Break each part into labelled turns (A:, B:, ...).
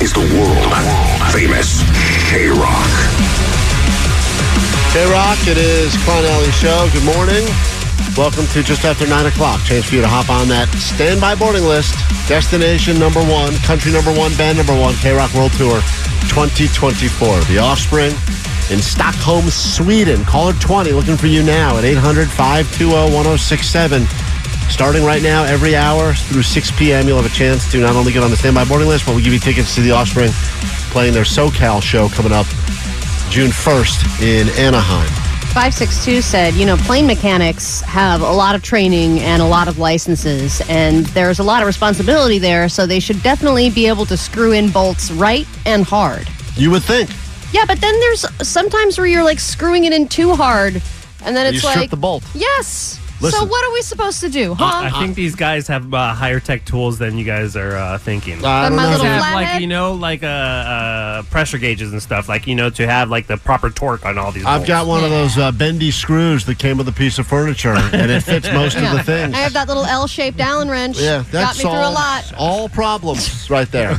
A: is the world famous K Rock.
B: K Rock, it is Clownelli Show. Good morning. Welcome to just after 9 o'clock. Chance for you to hop on that standby boarding list. Destination number one, country number one, band number one, K Rock World Tour 2024. The Offspring in Stockholm, Sweden. Caller 20, looking for you now at 800 520 1067. Starting right now, every hour through 6 p.m., you'll have a chance to not only get on the standby boarding list, but we'll give you tickets to the Offspring playing their SoCal show coming up June 1st in Anaheim.
C: 562 said, you know, plane mechanics have a lot of training and a lot of licenses, and there's a lot of responsibility there, so they should definitely be able to screw in bolts right and hard.
B: You would think.
C: Yeah, but then there's sometimes where you're like screwing it in too hard, and then it's
B: you strip
C: like,
B: the bolt.
C: yes. So
B: Listen.
C: what are we supposed to do, huh?
D: I think these guys have uh, higher tech tools than you guys are uh, thinking.
B: I
C: But
B: don't
C: my
B: know.
D: to
C: little
D: have
C: flathead?
D: like you know like uh, uh, pressure gauges and stuff like you know to have like the proper torque on all these.
B: I've
D: bolts.
B: got one of those uh, bendy screws that came with a piece of furniture, and it fits most of the things.
C: I have that little L-shaped Allen wrench.
B: Yeah,
C: got
B: that's
C: me through
B: all,
C: a lot.
B: all problems right there.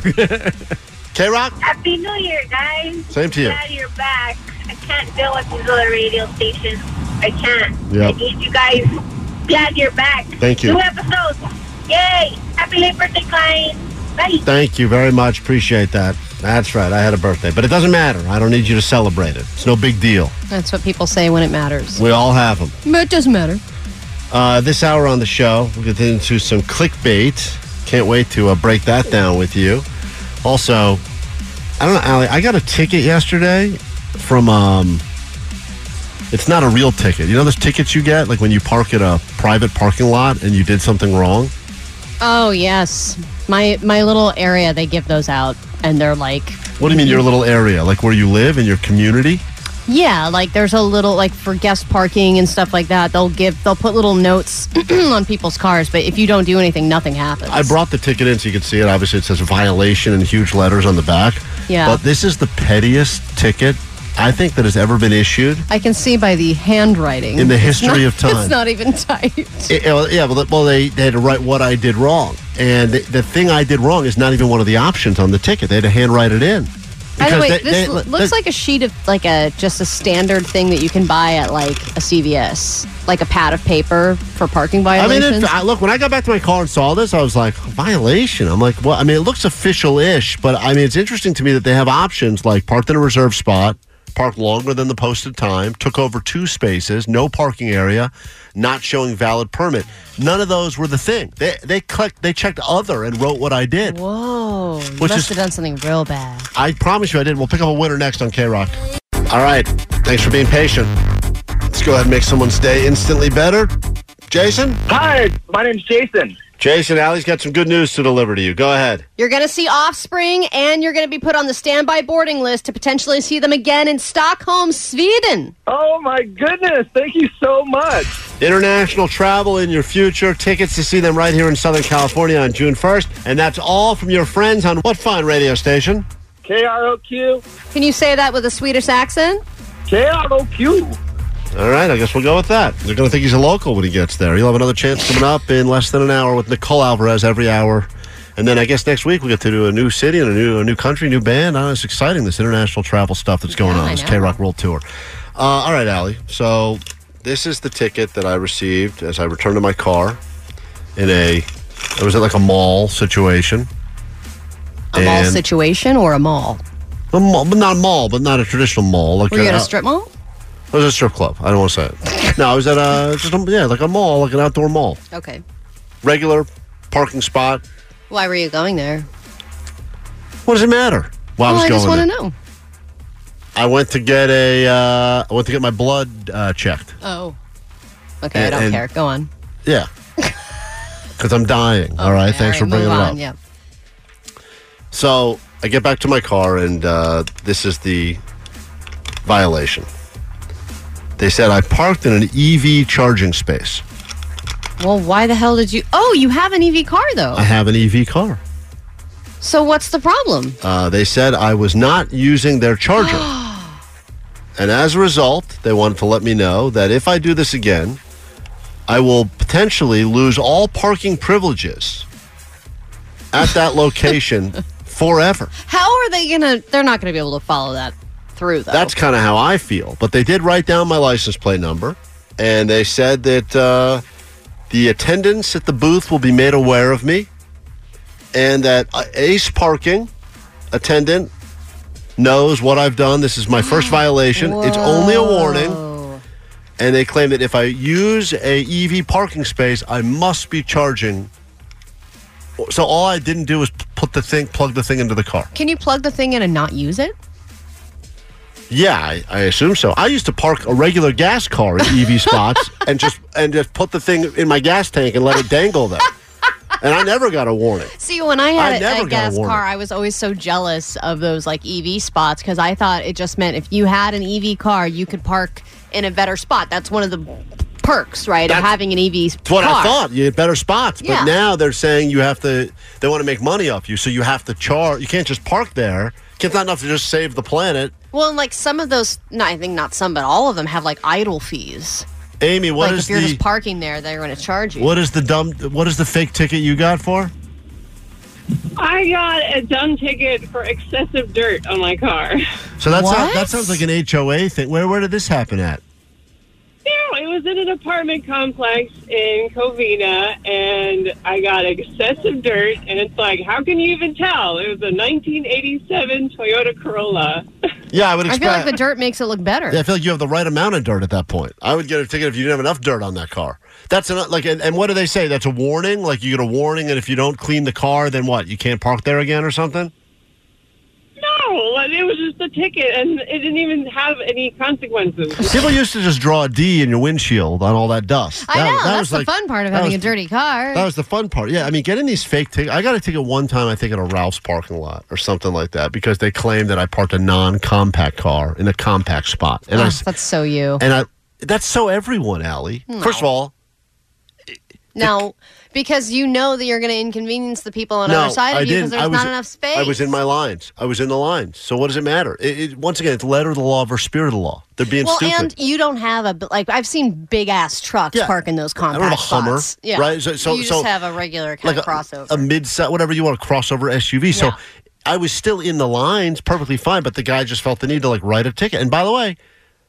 B: K Rock,
E: Happy New Year, guys.
B: Same to you.
E: Glad you're back. I can't deal with these other radio stations. I can't.
B: Yep.
E: I need you guys. Glad you're back.
B: Thank you.
E: New episodes. Yay. Happy late birthday, Klein. Bye.
B: thank you very much. Appreciate that. That's right. I had a birthday, but it doesn't matter. I don't need you to celebrate it. It's no big deal.
C: That's what people say when it matters.
B: We all have them.
C: It doesn't matter.
B: Uh, this hour on the show, we'll get into some clickbait. Can't wait to uh, break that down with you. Also, I don't know, Allie, I got a ticket yesterday from, um, it's not a real ticket. You know those tickets you get, like when you park at a private parking lot and you did something wrong?
C: Oh yes, my my little area they give those out, and they're like,
B: What do you mean, your little area? Like where you live in your community?
C: yeah, like there's a little like for guest parking and stuff like that. They'll give they'll put little notes on people's cars, but if you don't do anything, nothing happens.
B: I brought the ticket in so you could see it. Obviously, it says violation in huge letters on the back.
C: Yeah.
B: But this is the pettiest ticket I think that has ever been issued.
C: I can see by the handwriting
B: In the
C: It's
B: history
C: not-
B: of time.
C: It's not even typed.
B: It- uh, yeah, well, th- well they, they had to write what I did wrong. And the, the thing I did wrong is not even one of the options on the ticket. They had to handwrite it in.
C: By the
B: Because
C: way,
B: they-
C: this
B: they-
C: l-
B: they-
C: looks like a sheet of like a just a standard thing that you can buy at like a CVS, like a pad of paper for parking
B: I mean,
C: violations.
B: it, I, look, when I got back to my car and saw this, I was like, violation. I'm like, well, I mean, it looks official ish, but I mean, it's interesting to me that they have options like parked in a reserve spot, parked longer than the posted time, took over two spaces, no parking area, not showing valid permit. None of those were the thing. They, they, clicked, they checked other and wrote what I did.
C: Whoa, you
B: Which
C: must
B: is-
C: have done something real bad.
B: I promise you I did. We'll pick up a winner next on K Rock. All right. Thanks for being patient. Let's go ahead and make someone's day instantly better. Jason?
F: Hi, my name's Jason.
B: Jason, Allie's got some good news to deliver to you. Go ahead.
C: You're going to see Offspring, and you're going to be put on the standby boarding list to potentially see them again in Stockholm, Sweden.
F: Oh my goodness, thank you so much.
B: International travel in your future, tickets to see them right here in Southern California on June 1st. And that's all from your friends on What Fun Radio Station.
F: KROQ,
C: Can you say that with a Swedish accent?
F: KROQ.
B: All right, I guess we'll go with that. They're going to think he's a local when he gets there. He'll have another chance coming up in less than an hour with Nicole Alvarez every hour. And then I guess next week we get to do a new city and a new a new country, new band. I don't know, it's exciting, this international travel stuff that's going
C: Yeah,
B: on,
C: I
B: this
C: know.
B: K Rock World Tour. Uh, all right, Allie. So this is the ticket that I received as I returned to my car in a, it was at like a mall situation.
C: A mall
B: And-
C: situation or a mall?
B: A mall, but not a mall, but not a traditional mall. Like
C: Were you at
B: a
C: a strip mall?
B: It was at a strip club. I don't want to say it. No, I was at a just a, yeah, like a mall, like an outdoor mall,
C: Okay.
B: regular parking spot.
C: Why were you going there?
B: What does it matter? Well, I
C: well,
B: was
C: I just
B: going.
C: want to
B: there.
C: know.
B: I went to get a. Uh, I went to get my blood uh, checked.
C: Oh. Okay, I
B: And-
C: don't
B: and-
C: care. Go on.
B: Yeah, because I'm dying. all right,
C: Okay,
B: thanks for
C: move
B: bringing
C: on.
B: it up.
C: Yep.
B: So I get back to my car, and uh, this is the violation. They said I parked in an EV charging space.
C: Well, why the hell did you? Oh, you have an EV car though.
B: I have an EV car.
C: So what's the problem?
B: Uh, they said I was not using their charger. and as a result, they wanted to let me know that if I do this again, I will potentially lose all parking privileges at that location forever.
C: How are they gonna? They're not gonna be able to follow that through, though.
B: That's kind of how I feel. But they did write down my license plate number, and they said that uh, the attendants at the booth will be made aware of me, and that uh, Ace Parking attendant knows what I've done. This is my first violation. It's only a
C: Oh.
B: warning.
C: Whoa.
B: And they claim that if I use a EV parking space, I must be charging. So all I didn't do was put the thing, plug the thing into the car.
C: Can you plug the thing in and not use it?
B: Yeah, I, I assume so. I used to park a regular gas car at EV spots and just and just put the thing in my gas tank and let it dangle there. And I never got a warning.
C: See, when I
B: I
C: had a-
B: never
C: a
B: got a
C: gas
B: warning.
C: car, I was always so jealous of those like EV spots because I thought it just meant if you had an EV car, you could park in a better spot. That's one of the perks, right, of
B: That's-
C: having an EV
B: It's what
C: car.
B: I thought. You had better spots, but
C: Yeah.
B: now they're saying you have to. They want to make money off you, so you have to charge. You can't just park there. It's not enough to just save the planet.
C: Well, and like some of those, no, I think not some, but all of them have like idle fees.
B: Amy, what
C: like
B: is
C: if you're
B: the
C: just parking there, they're going to charge you.
B: what is the dumb what is the fake ticket you got for?
G: I got a dumb ticket for excessive dirt on my car. No,
B: So that sounds, that
C: What?
B: sounds like an HOA thing. Where where did this happen at?
G: it was in an apartment complex in Covina, and I got excessive dirt. And it's like, how can you even tell? It was a 1987 Toyota Corolla.
B: Yeah, I would
C: I
B: expect.
C: feel like the dirt makes it look better.
B: Yeah, I feel like you have the right amount of dirt at that point. I would get a ticket if you didn't have enough dirt on that car. That's an, like, and, and what do they say? That's a warning. Like you get a warning, and if you don't clean the car, then what? You can't park there again or something.
G: No, like, it was just a ticket, and it didn't even have any consequences.
B: People used to just draw a D in your windshield on all that dust.
C: I
B: That-
C: know.
B: that
C: that's
B: was
C: the
B: like-
C: fun part of
B: that
C: having
B: was-
C: a dirty car.
B: That was the fun part. Yeah, I mean, getting these fake tickets. I got a ticket one time, I think, at a Ralph's parking lot or something like that because they claimed that I parked a non-compact car in a compact spot, and I
C: Ugh,
B: s-
C: Ah, that's so you.
B: and I. That's so everyone, Allie.
C: Hmm.
B: First of all,
C: No, because you know that you're going to inconvenience the people on the other side of
B: I
C: you because
B: didn't.
C: there's
B: I was-
C: not enough space.
B: I was in my lines. I was in the lines. So what does it matter? It, it, once again, it's letter of the law versus spirit of the law. They're being
C: Well,
B: stupid.
C: and you don't have a b- like. I've seen big ass trucks
B: Yeah.
C: park in those
B: I
C: compact
B: don't have a Hummer,
C: spots. Yeah,
B: right? So- so-
C: you just
B: so-
C: have a regular kind
B: like
C: of crossover.
B: a, a mid-size, whatever you want, a crossover SUV. So
C: Yeah.
B: I was still in the lines, perfectly fine. But the guy just felt the need to like write a ticket. And by the way,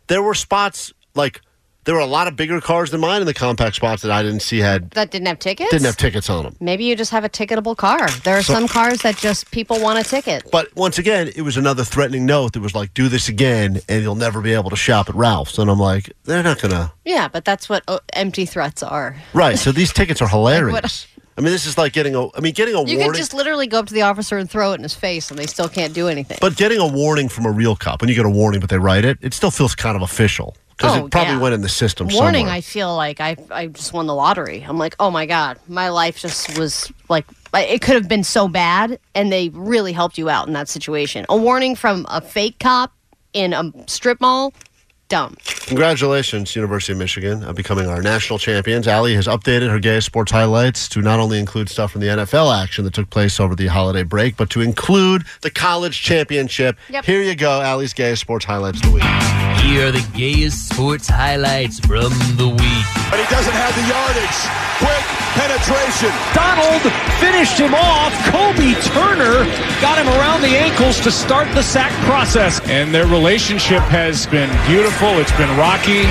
B: there were spots like there were a lot of bigger cars than mine in the compact spots that I didn't see had
C: that didn't have tickets.
B: didn't have tickets on them.
C: Maybe you just have a ticketable car. There are some cars that just people want a ticket.
B: But once again, it was another threatening note that was like, "Do this again, and you'll never be able to shop at Ralph's." And I'm like, "They're not gonna."
C: Yeah, but that's what uh, empty threats are.
B: Right. So these tickets are hilarious. I mean, this is like getting a. I mean, getting a
C: You
B: warning.
C: could just literally go up to the officer and throw it in his face, and they still can't do anything.
B: but getting a warning from a real cop when you get a warning, but they write it, it still feels kind of official because
C: Oh,
B: it probably
C: yeah.
B: went in the system.
C: Warning!
B: somewhere.
C: I feel like I I just won the lottery. I'm like, oh my god, my life just was like I- it could have been so bad, and they really helped you out in that situation. A warning from a fake cop in a strip mall, dumb.
B: Congratulations, University of Michigan, on becoming our national champions. Allie has updated her gay sports highlights to not only include stuff from the NFL action that took place over the holiday break, but to include the college championship.
C: Yep.
B: Here you go, Allie's gay sports highlights of the week.
H: Here are the gayest sports highlights from the week.
I: But he doesn't have the yardage. Quick penetration.
J: Donald finished him off. Kobe Turner got him around the ankles to start the sack process.
I: And their relationship has been beautiful. It's been rocky.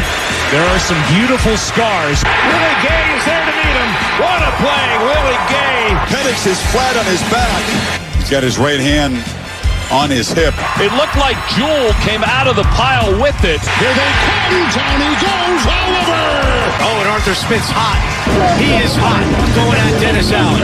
I: There are some beautiful scars. Willie Gay is there to meet him. What a play, Willie Gay. Penix is flat on his back. He's got his right hand on his hip.
J: It looked like Jewel came out of the pile with it.
I: Here they come. Johnny goes Oliver. Oh, and Arthur Smith's hot. He is hot. Going at Dennis Allen.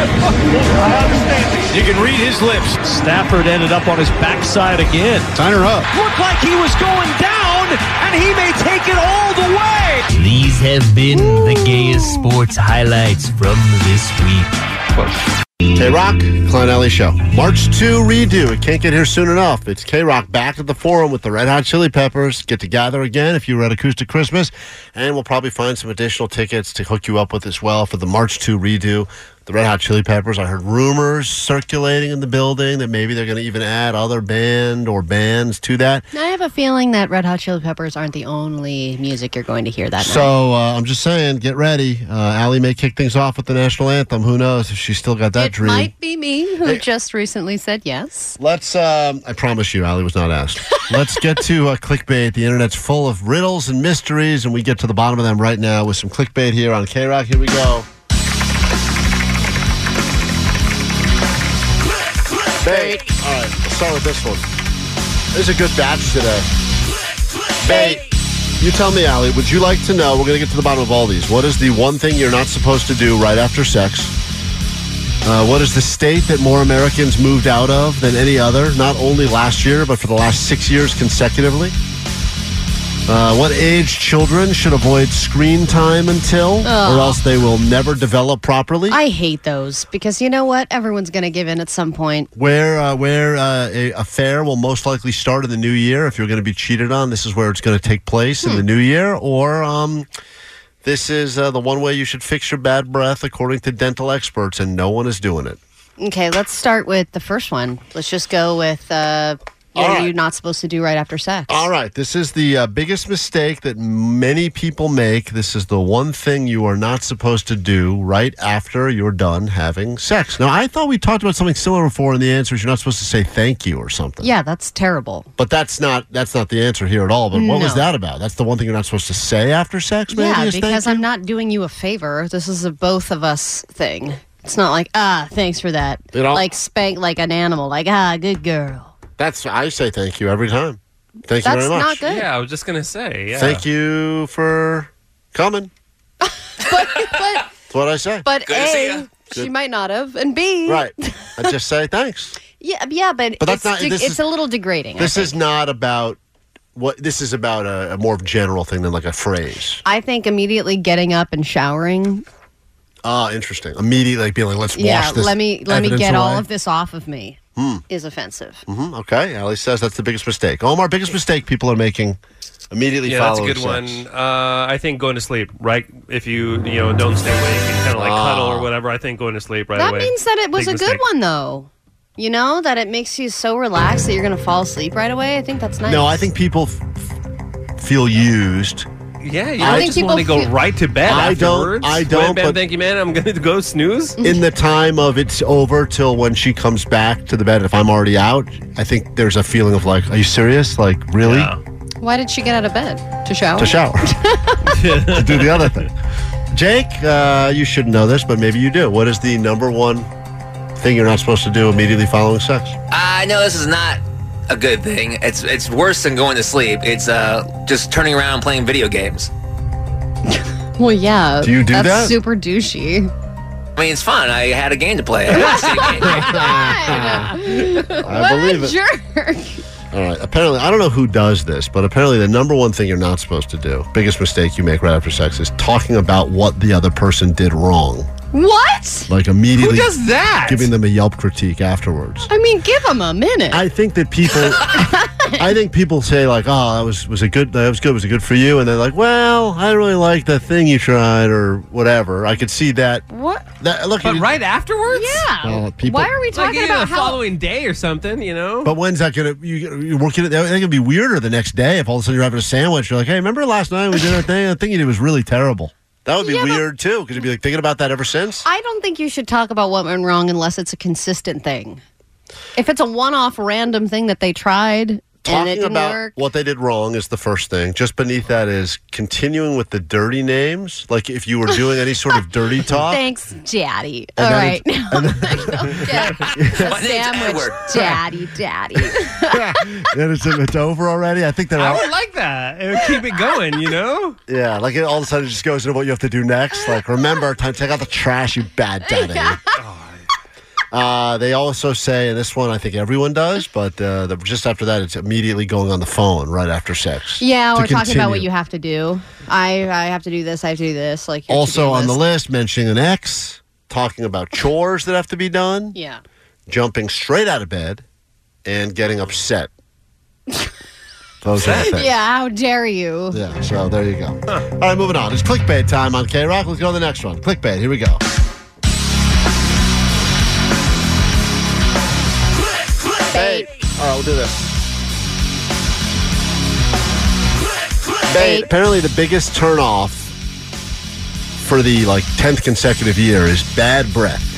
I: You can read his lips.
J: Stafford ended up on his backside again.
I: Sign her up.
J: Looked like he was going down, and he may take it all the way.
H: These have been the gayest sports highlights from this week.
B: K Rock, Klein Alley Show. March 2 redo. It can't get here soon enough. It's K Rock back at the forum with the Red Hot Chili Peppers. Get to gather again if you were at Acoustic Christmas. And we'll probably find some additional tickets to hook you up with as well for the March 2 redo. the Red Hot Chili Peppers. I heard rumors circulating in the building that maybe they're going to even add other band or bands to that.
C: I have a feeling that Red Hot Chili Peppers aren't the only music you're going to hear that night.
B: So uh, I'm just saying, get ready. Uh, Allie may kick things off with the national anthem. Who knows if she's still got that dream?
C: Might be me who just recently said yes.
B: Let's. Um, I promise you, Ali was not asked. Let's get to uh, clickbait. The internet's full of riddles and mysteries, and we get to the bottom of them right now with some clickbait here on K Rock. Here we go. Bait. All right, let's start with this one. There's a good batch today. Bait. You tell me, Ali. Would you like to know? We're going to get to the bottom of all these. What is the one thing you're not supposed to do right after sex? Uh, what is the state that more Americans moved out of than any other, not only last year, but for the last six years consecutively? Uh, what age children should avoid screen time until, or
C: Ugh.
B: else they will never develop properly?
C: I hate those because you know what? Everyone's going to give in at some point.
B: where uh, where uh, a affair will most likely start in the new year if you're going to be cheated on. This is where it's going to take place in the new year, or um, this is uh, the one way you should fix your bad breath, according to dental experts, and no one is doing it.
C: Okay, let's start with the first one. Let's just go with uh, what
B: All
C: are
B: right.
C: you not supposed to do right after sex?
B: All right, this is the uh, biggest mistake that many people make. This is the one thing you are not supposed to do right after you're done having sex. Now, I thought we talked about something similar before, and the answer is you're not supposed to say thank you or something.
C: Yeah, that's terrible.
B: But that's not that's not the answer here at all. But what was
C: No.
B: that about? That's the one thing you're not supposed to say after sex. Maybe
C: yeah,
B: is thank
C: because
B: you?
C: I'm not doing you a favor. This is a both of us thing. It's not like ah, thanks for that.
B: It all-
C: like spank like an animal. Like ah, good girl.
B: that's I say thank you every time. Thank you
C: That's
B: very much.
C: not good.
K: Yeah, I was just gonna say. Yeah.
B: Thank you for coming.
C: But
B: That's what I say.
C: but
B: Good to see ya.
C: a she
B: Good.
C: might not have, and b
B: right. I just say thanks.
C: Yeah, yeah, but,
B: But that's
C: it's,
B: not-
C: de-
B: this
C: it's
B: is-
C: a little degrading. I
B: This
C: think.
B: is not about what. This is about a, a more general thing than like a phrase.
C: I think immediately getting up and showering.
B: Ah, interesting. Immediately, like being like, let's
C: yeah,
B: wash this.
C: let me let me
B: evidence
C: get all
B: away.
C: of this off of me
B: Hmm.
C: is offensive.
B: hmm Okay, Ali says that's the biggest mistake. Omar, biggest mistake people are making immediately
K: Yeah, that's a
B: following
K: good
B: sex.
K: one. Uh, I think going to sleep right if you you know don't stay awake and kind of like
B: Ah.
K: cuddle or whatever. I think going to sleep right
C: that
K: away.
C: means that it was
K: Big
C: a good
K: mistake.
C: one though. You know that it makes you so relaxed that you're going to fall asleep right away. I think that's nice.
B: No, I think people f- f- feel used.
K: Yeah, you
B: I
K: don't
B: think
K: just want to
B: people
K: go
B: feel-
K: right to bed.
B: I don't-
K: afterwards.
B: I don't,
K: Wham, bam,
B: but-
K: thank you, man. I'm gonna go snooze.
B: In the time of it's over till when she comes back to the bed, if I'm already out, I think there's a feeling of like, are you serious? Like, really?
C: Why did she get out of bed to shower?
B: To shower. to do the other thing. Jake, uh, you should know this, but maybe you do. What is the number one thing you're not supposed to do immediately following sex?
L: I know this is not a good thing. It's it's worse than going to sleep. It's uh just turning around and playing video games.
C: Well, yeah.
L: Do you do
C: that's
L: that?
C: Super douchey.
L: I mean, it's fun. I had a game to play. I had a sleep game.
B: I believe it.
C: jerk.
B: All right. Apparently, I don't know who does this, but apparently, the number one thing you're not supposed to do, biggest mistake you make right after sex, is talking about what the other person did wrong.
C: What?
B: Like immediately.
C: Who does that?
B: Giving them a Yelp critique afterwards.
C: I mean, give him a minute.
B: I think that people. I think people say like, "Oh, that was was a good. That was good. Was it good for you?" And they're like, "Well, I don't really like the thing you tried or whatever." I could see that.
C: What?
B: That look.
K: But right afterwards.
C: Yeah.
B: Well, Oh, people- Why are we
K: like,
C: talking
K: yeah,
C: about
K: the
C: how-
K: following day or something? You know.
B: But when's that gonna? You, you're working. it- That's gonna be weirder the next day if all of a sudden you're having a sandwich. You're like, "Hey, remember last night we did our thing? The thing you did was really terrible." That would be weird too, because you'd be like thinking about that ever since.
C: I don't think you should talk about what went wrong unless it's a consistent thing. If it's a one-off random thing that they tried and
B: Talking
C: it didn't
B: about
C: work,
B: what they did wrong is the first thing. Just beneath that is continuing with the dirty names. Like if you were doing any sort of dirty talk.
C: thanks, Daddy.
B: And
C: All
B: then
C: right,
B: My
C: a sandwich, Daddy, Daddy.
B: then it's, if it's over already. I think that
K: I would like that. It would keep it going. You know.
B: Yeah, like it all of a sudden it just goes into what you have to do next. Like, remember, time to take out the trash, you bad daddy. Uh, they also say, and this one I think everyone does, but uh, the, just after that, it's immediately going on the phone right after sex.
C: yeah,
B: to
C: we're talking about what
B: continue.
C: you have to do. I I have to do this. I have to do this. Like your
B: Also
C: to-do
B: on the
C: list.
B: list, mentioning an ex, talking about chores that have to be done,
C: Yeah.
B: jumping straight out of bed, and getting upset. Those are the things.
C: Yeah. How dare you?
B: Yeah, so there you go. All right, moving on. It's clickbait time on K Rock. Let's go to the next one. Clickbait, here we go. All right, we'll do this. Ba- apparently, the biggest turnoff for the like tenth consecutive year is bad breath.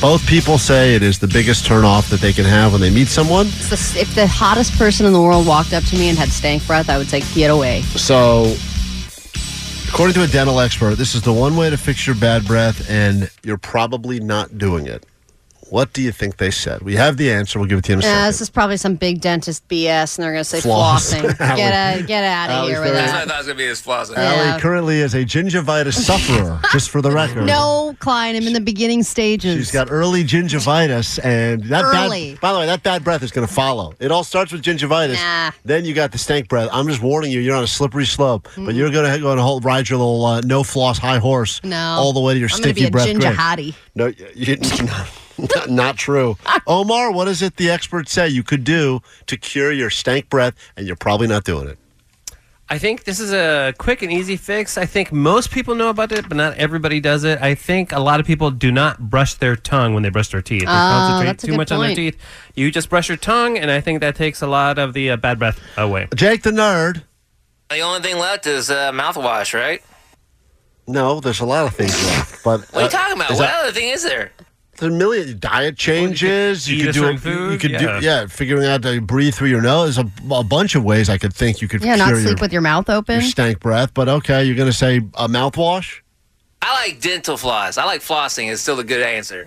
B: Both people say it is the biggest turnoff that they can have when they meet someone.
C: It's the, if the hottest person in the world walked up to me and had stank breath, I would say, get away. Uh,
B: So, according to a dental expert, this is the one way to fix your bad breath, and you're probably not doing it. What do you think they said? We have the answer. We'll give it to you in a second.
C: Uh, this is probably some big dentist BS, and they're going to say
B: Floss.
C: flossing. get,
B: Allie.
C: out, get out of
B: Allie's
C: here with
B: very-
L: That's what I
C: that.
L: thought it was gonna be his flaws.
B: Allie currently is a gingivitis sufferer, just for the record.
C: No, Klein, I'm in the beginning stages.
B: She's got early gingivitis, and that
C: Early.
B: bad. By the way, that bad breath is going to follow. It all starts with gingivitis.
C: Nah.
B: Then you got the stank breath. I'm just warning you, you're on a slippery slope, but you're going to go and hold, ride your little uh, no floss high horse
C: Mm-hmm. No.
B: all the way to your
C: I'm gonna
B: stinky
C: be a
B: breath.
C: ginger
B: grave.
C: hottie.
B: No, you, you- not, not true. Omar, what is it the experts say you could do to cure your stank breath, and you're probably not doing it?
K: I think this is a quick and easy fix. I think most people know about it, but not everybody does it. I think a lot of people do not brush their tongue when they brush their teeth. They
C: Oh,
K: concentrate
C: that's a
K: too
C: good
K: much on their
C: point.
K: teeth. You just brush your tongue, and I think that takes a lot of the uh, bad breath away.
B: Jake the nerd.
L: The only thing left is uh, mouthwash, right?
B: No, there's a lot of things left, but
L: What are you
B: uh,
L: talking about?
B: is
L: What
B: that-
L: other thing is there?
B: There's a million diet changes.
K: eat
B: you could
K: a
B: do
K: certain
B: it. You
K: food,
B: could
K: yeah.
B: do yeah. Figuring out to breathe through your nose. A, a bunch of ways I could think you could
C: Yeah, not
B: cure
C: sleep
B: your,
C: with your mouth open.
B: your stank breath. But okay, you're gonna say a mouthwash.
L: I like dental floss. I like flossing. It's still a good answer.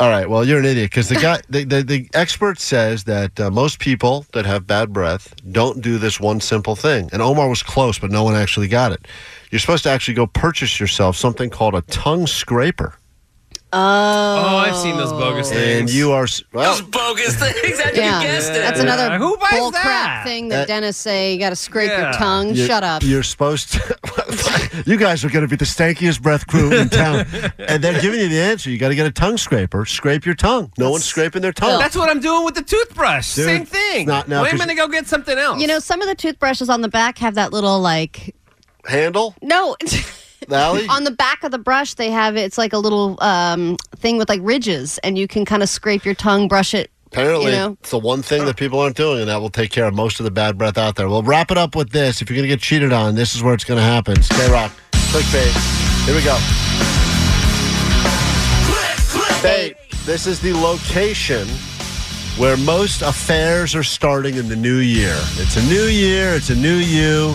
B: All right. Well, you're an idiot because the guy, the, the the expert says that uh, most people that have bad breath don't do this one simple thing. And Omar was close, but no one actually got it. You're supposed to actually go purchase yourself something called a tongue scraper,
K: Oh, I've seen those bogus
B: and
K: things.
B: you are s- well.
L: Those bogus things. I
C: Yeah.
L: guessed it.
C: That's another
K: Yeah. Who buys
C: bull
K: that?
C: crap thing that
B: That-
C: dentists say. You got to scrape your
K: Yeah.
C: tongue.
B: You're-
C: Shut up.
B: You're supposed to. you guys are going to be the stankiest breath crew in town. and they're giving you the answer. You got to get a tongue scraper. Scrape your tongue. No one's scraping their tongue.
K: That's what I'm doing with the toothbrush.
B: Dude,
K: Same thing.
B: it's not now
K: Wait a
B: 'cause-
K: minute, go get something else.
C: You know, some of the toothbrushes on the back have that little like
B: Handle,
C: no.
B: Valley.
C: on the back of the brush, they have it's like a little um, thing with like ridges, and you can kind of scrape your tongue, brush it.
B: Apparently,
C: you know.
B: it's the one thing that people aren't doing, and that will take care of most of the bad breath out there. We'll wrap it up with this. If you're going to get cheated on, this is where it's going to happen. Stay rock. Clickbait. Here we go. Bait. This is the location where most affairs are starting in the new year. It's a new year, it's a new you.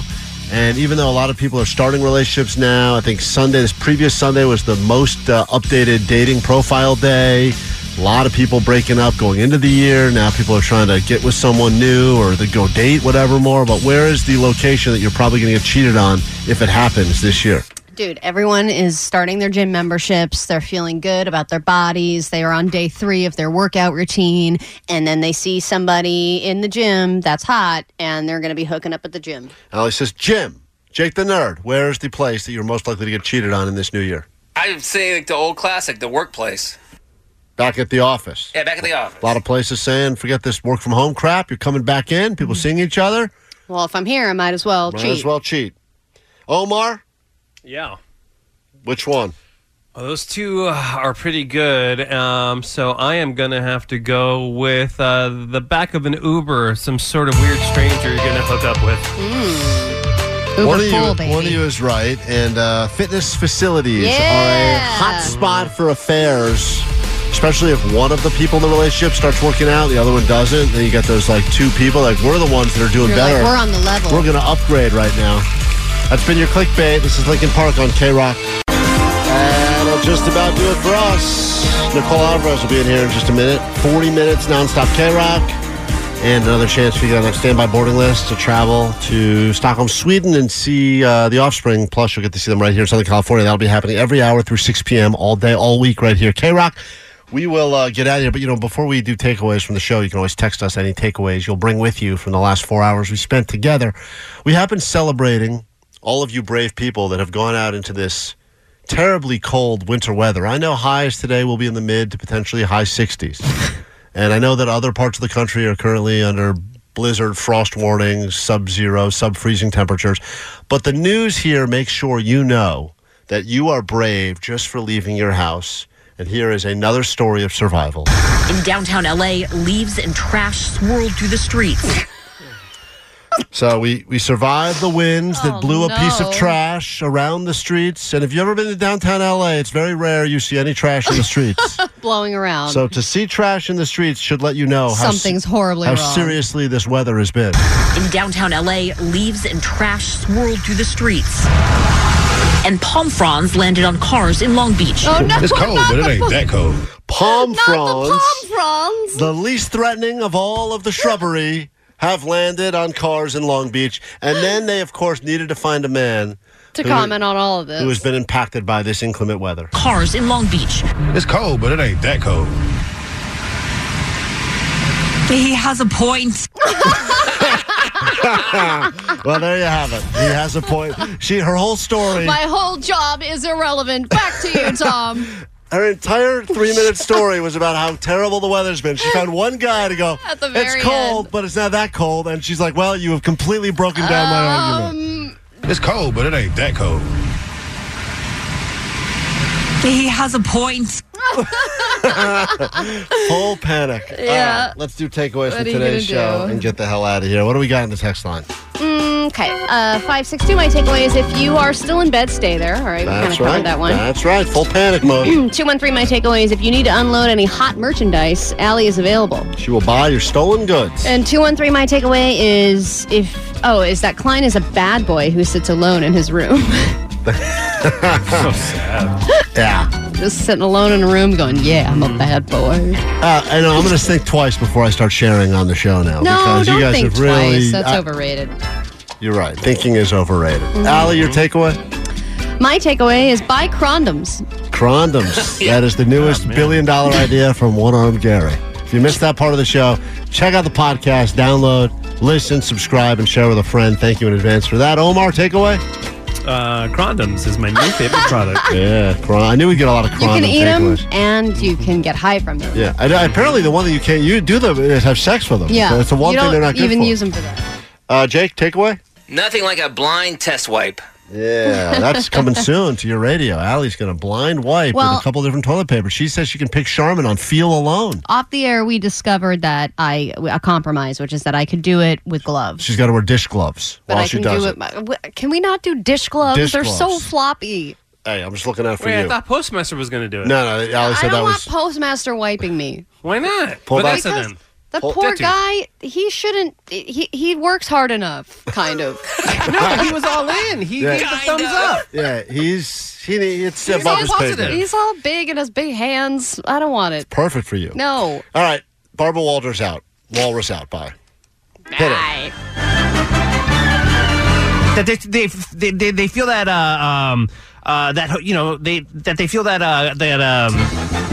B: And even though a lot of people are starting relationships now, I think Sunday, this previous Sunday, was the most uh, updated dating profile day. A lot of people breaking up going into the year. Now people are trying to get with someone new or to go date, whatever more. But where is the location that you're probably going to get cheated on if it happens this year?
C: Dude, everyone is starting their gym memberships. They're feeling good about their bodies. They are on day three of their workout routine, and then they see somebody in the gym that's hot, and they're going to be hooking up at the gym.
B: Ali says, Jim, Jake the Nerd, where is the place that you're most likely to get cheated on in this new year?
L: I'd say like the old classic, the workplace.
B: Back at the office.
L: Yeah, back at the office.
B: A lot of places saying, forget this work from home crap. You're coming back in. People seeing each other.
C: Well, if I'm here, I might as well
B: Might
C: Mm-hmm. cheat.
B: as well cheat. Omar,
K: yeah.
B: which one?
K: Well, those two uh, are pretty good. Um, so I am going to have to go with uh, the back of an Uber, some sort of weird stranger you're going to hook up with.
C: Uber
B: one, of you,
C: full, baby.
B: one of you is right. And uh, fitness facilities
C: Yeah.
B: are a hot spot for affairs. Especially if one of the people in the relationship starts working out, the other one doesn't. Then you got those like two people, like we're the ones that are doing
C: You're like,
B: better.
C: we're on the level.
B: We're going to upgrade right now. That's been your clickbait. This is Lincoln Park on K Rock. That'll just about do it for us. Nicole Alvarez will be in here in just a minute. 40 minutes nonstop K Rock. And another chance for you on that standby boarding list to travel to Stockholm, Sweden, and see uh, the offspring. Plus, you'll get to see them right here in Southern California. That'll be happening every hour through 6 p.m. all day, all week, right here. K Rock. We will uh, get out of here, but you know, before we do takeaways from the show, you can always text us any takeaways you'll bring with you from the last four hours we spent together. We have been celebrating all of you brave people that have gone out into this terribly cold winter weather. I know highs today will be in the mid to potentially high 60s. and I know that other parts of the country are currently under blizzard frost warnings, sub zero, sub freezing temperatures. But the news here makes sure you know that you are brave just for leaving your house And here is another story of survival.
M: In downtown LA, leaves and trash swirled through the streets.
B: So we, we survived the winds that blew a piece
M: Oh, no.
B: of trash around the streets. And if you've ever been to downtown LA, it's very rare you see any trash in the streets.
C: blowing around.
B: so to see trash in the streets should let you know how, s-
M: Something's horribly
B: how
M: wrong.
B: seriously this weather has been.
M: In downtown LA, leaves and trash swirled through the streets. And palm fronds landed on cars in Long Beach.
C: Oh, no, It's cold, not but it the- ain't that
B: cold. Palm fronds,
C: fronds.
B: the least threatening of all of the shrubbery, have landed on cars in Long Beach. And then they, of course, needed to find a man
C: To comment on all of this.
B: who has been impacted by this inclement weather.
M: Cars in Long Beach.
B: It's cold, but it ain't that cold.
M: He has a point.
B: well, there you have it. He has a point. She, her whole story,
C: My whole job is irrelevant. Back to you, Tom.
B: her entire three-minute story was about how terrible the weather's been. She found one guy to go.
C: At the very
B: it's cold, but it's not that cold. And she's like, "Well, you have completely broken down my
C: Um,
B: argument. It's cold, but it ain't that cold."
M: He has a point.
B: Full panic. All right,
C: Yeah.
B: let's do takeaways
C: What
B: from
C: are you gonna
B: today's show
C: do?
B: and get the hell out of here. What do we got in the text line?
C: Okay. Uh, 562, my takeaway is if you are still in bed, stay there. All right. we kind of
B: That's
C: covered
B: right.
C: that one.
B: That's right. Full panic mode.
C: 213, my takeaway is if you need to unload any hot merchandise, Allie is available.
B: she will buy your stolen goods.
C: And 213, my takeaway is if, oh, is that Klein is a bad boy who sits alone in his room.
B: so sad. Yeah.
C: Just sitting alone in a room going, yeah, I'm a bad boy.
B: Uh, I know I'm going to think twice before I start sharing on the show now.
C: No,
B: because
C: don't
B: you guys
C: think
B: have really,
C: twice. That's
B: I-
C: overrated.
B: You're right. Thinking is overrated.
C: Mhm.
B: Allie, your takeaway?
C: My takeaway is buy condoms.
B: Condoms. That is the newest billion dollar idea from One Arm Gary. If you missed that part of the show, check out the podcast, download, listen, subscribe, and share with a friend. Thank you in advance for that. Omar, takeaway?
D: Uh, condoms is my new favorite product.
B: Yeah, cron- I knew we'd get a lot of
C: You
B: condom
C: can eat them
B: takeaways.
C: and you can get high from them.
B: Yeah, and, uh, apparently the one that you can't you do them is have sex with them.
C: Yeah.
B: that's the one
C: you
B: thing
C: don't
B: they're not good
C: even
B: for.
C: use them for that.
B: uh, Jake, takeaway.
L: Nothing like a blind test wipe.
B: Yeah, that's coming soon to your radio. Allie's going to blind wipe
C: Well-
B: with a couple different toilet papers. She says she can pick Charmin on feel alone.
C: Off the air, we discovered that I a compromise, which is that I could do it with gloves.
B: She's got to wear dish gloves
C: But
B: while
C: I
B: she
C: can
B: does
C: do
B: it.
C: it. my- w- Can we not do dish gloves?
B: Dish
C: They're so
B: gloves.
C: floppy.
B: Hey, I'm just looking out for
D: Wait, I
B: you.
D: thought Postmaster was going to do it.
B: No, no, Allie
C: I
B: said that
C: don't want
B: was
C: Postmaster wiping me.
D: Why not?
B: Pull back.
D: Vanessa then.
C: The
D: Pull-
C: poor
D: Dirty.
C: guy, he shouldn't. He he works hard enough, kind of.
D: no, he was all in. He
B: Yeah.
D: gave the thumbs up.
B: yeah. He's he. It's
C: He's
B: above
C: all,
B: his pay grade.
C: he's all big and has big hands. I don't want it.
B: Perfect for you.
C: No.
B: All right, Barbara Walters out. Walrus out. Bye. Hit it.
H: that they they they, they, they feel that uh, um uh that you know they that they feel that uh that um